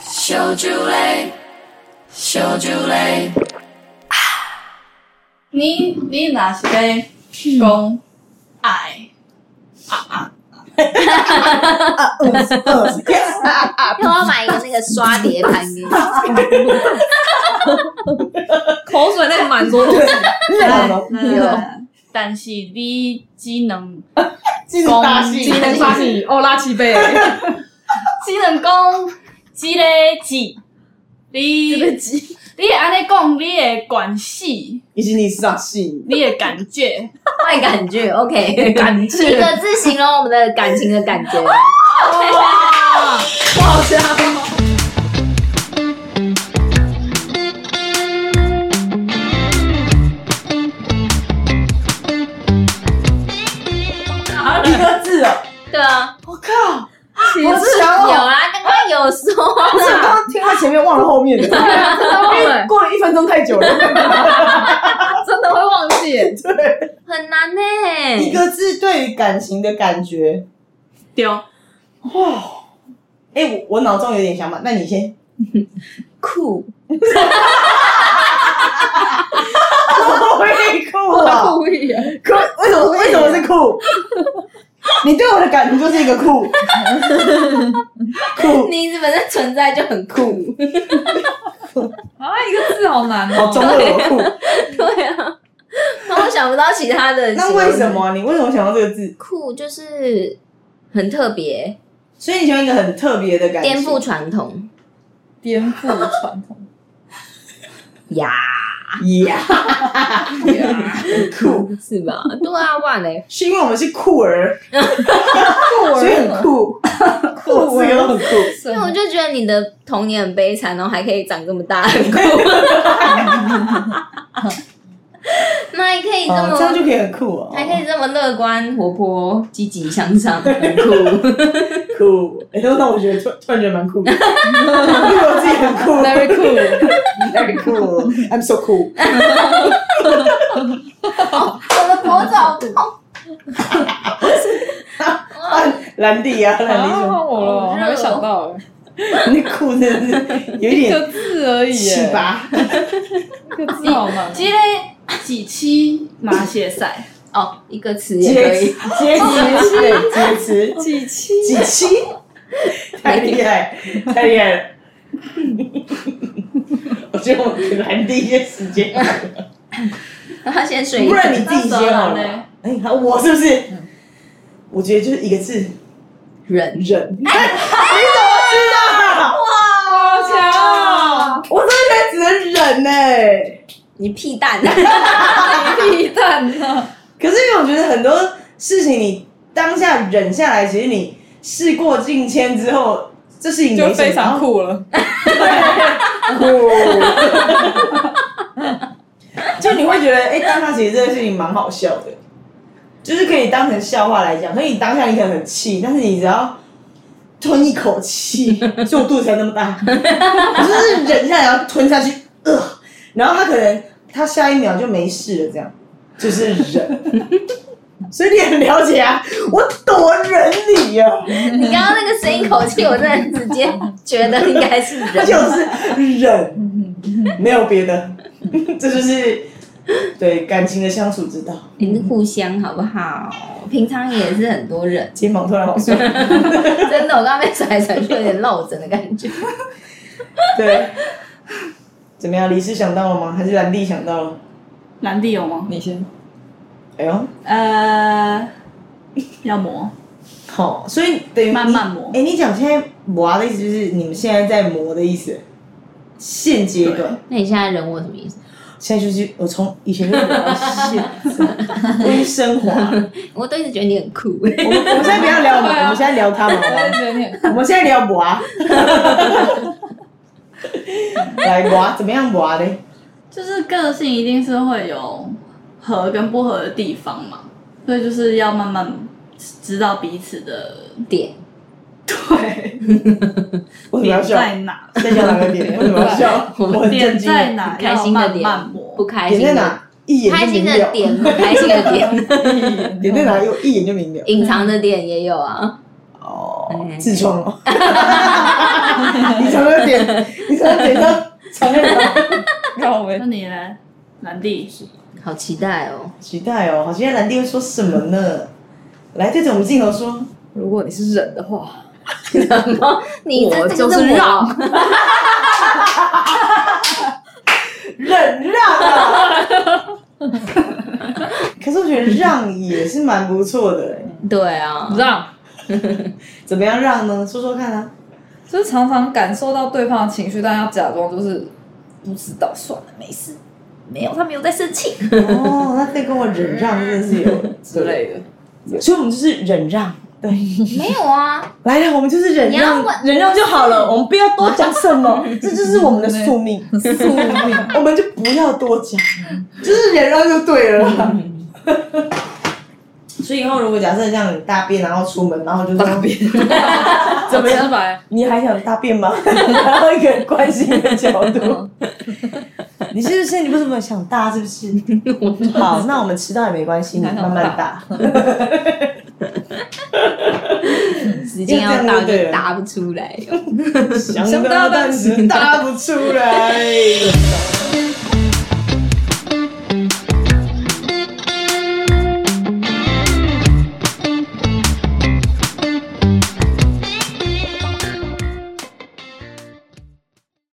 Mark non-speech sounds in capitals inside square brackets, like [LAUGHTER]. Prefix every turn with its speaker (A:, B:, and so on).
A: 小酒类，小酒类。你你若是咧讲爱啊
B: [LAUGHS] 要我要买一个那个刷碟盘给你，
A: [LAUGHS]
C: 口水在满桌
B: [LAUGHS]
C: 子，
A: 来
D: 热
A: 来，但是你只能
D: 进入大戏，
C: 今天
D: [LAUGHS]
C: 刷起哦拉起
B: [LAUGHS]
C: 杯，
A: 只能讲一个字，你你会安尼讲，你会管死，你
D: 以及你上戏，
A: 会感觉。
B: 卖感觉，OK， [LAUGHS]
C: 感
B: 一个字形容我们的感情的感觉。
D: 爆笑。一个字哦，
B: 对啊，
D: 我靠！
B: 有
D: 好强哦！
B: 啦，刚刚有说啊
D: 我只刚刚听到前面，忘了后面啊的，因为过了一分钟太 [LAUGHS] 久了。
C: 真的会忘记耶。
D: 对，
B: 很难呢、
D: 一个字对于感情的感觉，
C: 对，
D: 哇！哎、我我脑中有点想法，那你 [LAUGHS] 先。
B: 酷，
D: 我会酷啊！
C: 故意啊，
D: 酷，为什么为什么是酷？你对我的感情就是一个 [LAUGHS] 酷，酷，
B: 你本身存在就很酷。
C: 啊一个字好难
D: 好
C: 哦。
D: 中二的 [LAUGHS] 酷。
B: 对啊，那我想不到其他的。
D: 那为什？么啊你为什么想到这个字？
B: 酷就是很特别，
D: 所以你喜欢一个很特别的感情，
B: 颠覆传统
C: 颠覆传
A: [LAUGHS]
C: 统，
B: 呀，
D: 呀酷，
B: 是吧？对啊，哇嘞，
D: 是因为我们是酷儿，所以很酷，酷字都很酷。
B: 因为我就觉得你的童年很悲惨，然后还可以长这么大，很酷。那也可以这
D: 哦，这样
B: 么，
D: 就可以很酷哦，
B: 还可以这么乐观、活泼、积极向上，很 [LAUGHS] 酷。
D: 酷。哎，那我觉得突突然觉得蛮酷的，因为我自己很酷
C: very cool，
D: ，very cool，I'm so cool。
B: 哦我的脖子好痛，
D: 兰迪 [LAUGHS] 啊，兰
C: 啊
D: 迪
C: 换
A: 哦
D: 说
C: 我
B: 哦
C: 了，还没想到耶，：“
D: 你酷真的是有一
C: 一
D: 点
C: 个字而已耶，
D: 气吧。”
C: 一个字好难。
A: 即个几期马歇赛，
B: 哦，一
D: [LAUGHS]
B: 个词也可
D: 节
B: 以
D: 词，，节词，对，节词，
C: 几期？
D: 几期？太厉害，太厉害了！ [LAUGHS] 我觉得我给兰迪一些时间，
B: 然后先睡一
D: 不
B: 觉。
D: 然你自己先好
A: 那时候呢
D: 了。哎，好，我是不是？我觉得就是一个字，
B: 人
D: 忍。
C: 哎
D: 你看，你怎么知道？
C: 好强哦！
D: 我真的觉得只能忍呢。
B: 你屁蛋，
C: 屁蛋啊！
D: 可是因为我觉得很多事情你当下忍下来，其实你事过境迁之后，这事情没什
C: 就
D: 么
C: 非常酷了，
D: 酷。哦就你会觉得，哎、当下其实这个事情蛮好笑的，就是可以当成笑话来讲。所以你当下你可能很气，但是你只要吞一口气，所以我肚子才那么大，我就是忍下来，然后吞下去，呃，然后他可能他下一秒就没事了，这样就是忍。所以你很了解啊，我多忍你呀、啊，
B: [LAUGHS] 你刚刚那个声音口气，我真的直接觉得应该是人。
D: 就是忍，没有别的，这就是对感情的相处之道。
B: 你们互相好不好？平常也是很
C: [LAUGHS]
B: 多人，
D: 肩膀突然好酸，
B: 真的，我刚刚被甩来甩去，有点落枕的感觉。
D: [LAUGHS] 对。怎么样？李斯想到了吗？还是兰弟想到了？
A: 兰弟有吗？
C: 你先。
D: 哎呦，
A: 呃，要磨，
D: 好，所以等于你
A: 慢慢磨
D: 哎、你讲现在磨的意思就是你们现在在磨的意思，现阶段。
B: 那你现在忍我什么意思？
D: 现在就是我从以前就磨到现 [LAUGHS] 在，温升华。
B: 我都一直觉得你很
C: [LAUGHS]
B: 酷。
D: 我们我们现在不要聊我们，
C: 对啊
D: 我们现在聊他们好
C: 我
D: 吗
C: 也觉得你很酷
D: [LAUGHS] 我啊们现在聊磨。来磨怎么样啊磨嘞？
A: 就是个性一定是会有合跟不合的地方嘛，所以就是要慢慢知道彼此的
C: [LAUGHS]
B: 点，
A: 对
D: 为什么要
A: 点
D: 笑？
A: 在哪，
D: 在笑哪个点？为什么要笑？我很
A: 点
D: 震惊。啊
A: 在哪，
B: 开心的
A: 要慢
B: 点
A: 慢，
B: 不
A: 磨。
B: 开
D: 点
B: 心
D: 在
B: 的，
D: 哪？一眼
B: 开
D: 就
B: 心
D: 明
B: 的
D: 了。
B: [LAUGHS] 点，不开心的点，
D: 点在哪？又一眼就明了。
B: 隐藏的点也有啊。
D: 哦，
B: 哎
D: 痔疮哦，你常常点，你常常点到常常
C: [LAUGHS] 让我们
A: 那你呢，兰弟？
B: 好期待哦！
D: 期待哦，好期待兰弟会说什么呢？来对着我们镜头说，
C: 如果你是人的话，
B: 然后 [LAUGHS] 你这
C: 我
B: 这
C: 就
B: 个
C: 是
B: 是
C: 让
B: 我，
D: 忍让啊！可是我觉得让也是蛮不错的哎，
B: 对啊，
C: 让，
D: 怎么样让呢？说说看啊。
C: 就是常常感受到对方的情绪，但要假装就是不知道，算了，没事，没有，他没有在生气
D: 哦，那得跟我忍让真的是有
C: 之类的。
D: 的，所以我们就是忍让。嗯对，
B: 没有啊，
D: 来了，我们就是忍让
B: 你要问，
D: 忍让就好了，我们不要多讲什么，这就是我们的 [LAUGHS] 宿命。
C: 宿命，
D: 我们就不要多讲，就是忍让就对了啦。嗯 [LAUGHS] 所以以后如果假设像你大便，然后出门，然后就大便，
C: [LAUGHS] 怎么样白？
D: 你还想大便 [LAUGHS] 吗？然后一个关心的角度， [LAUGHS] 你是不是你为什么想大？是不是？好，那我们迟到也没关系，你慢慢大。
B: 时间要到就答不出来哦。
D: [LAUGHS] 想大但是大不出来。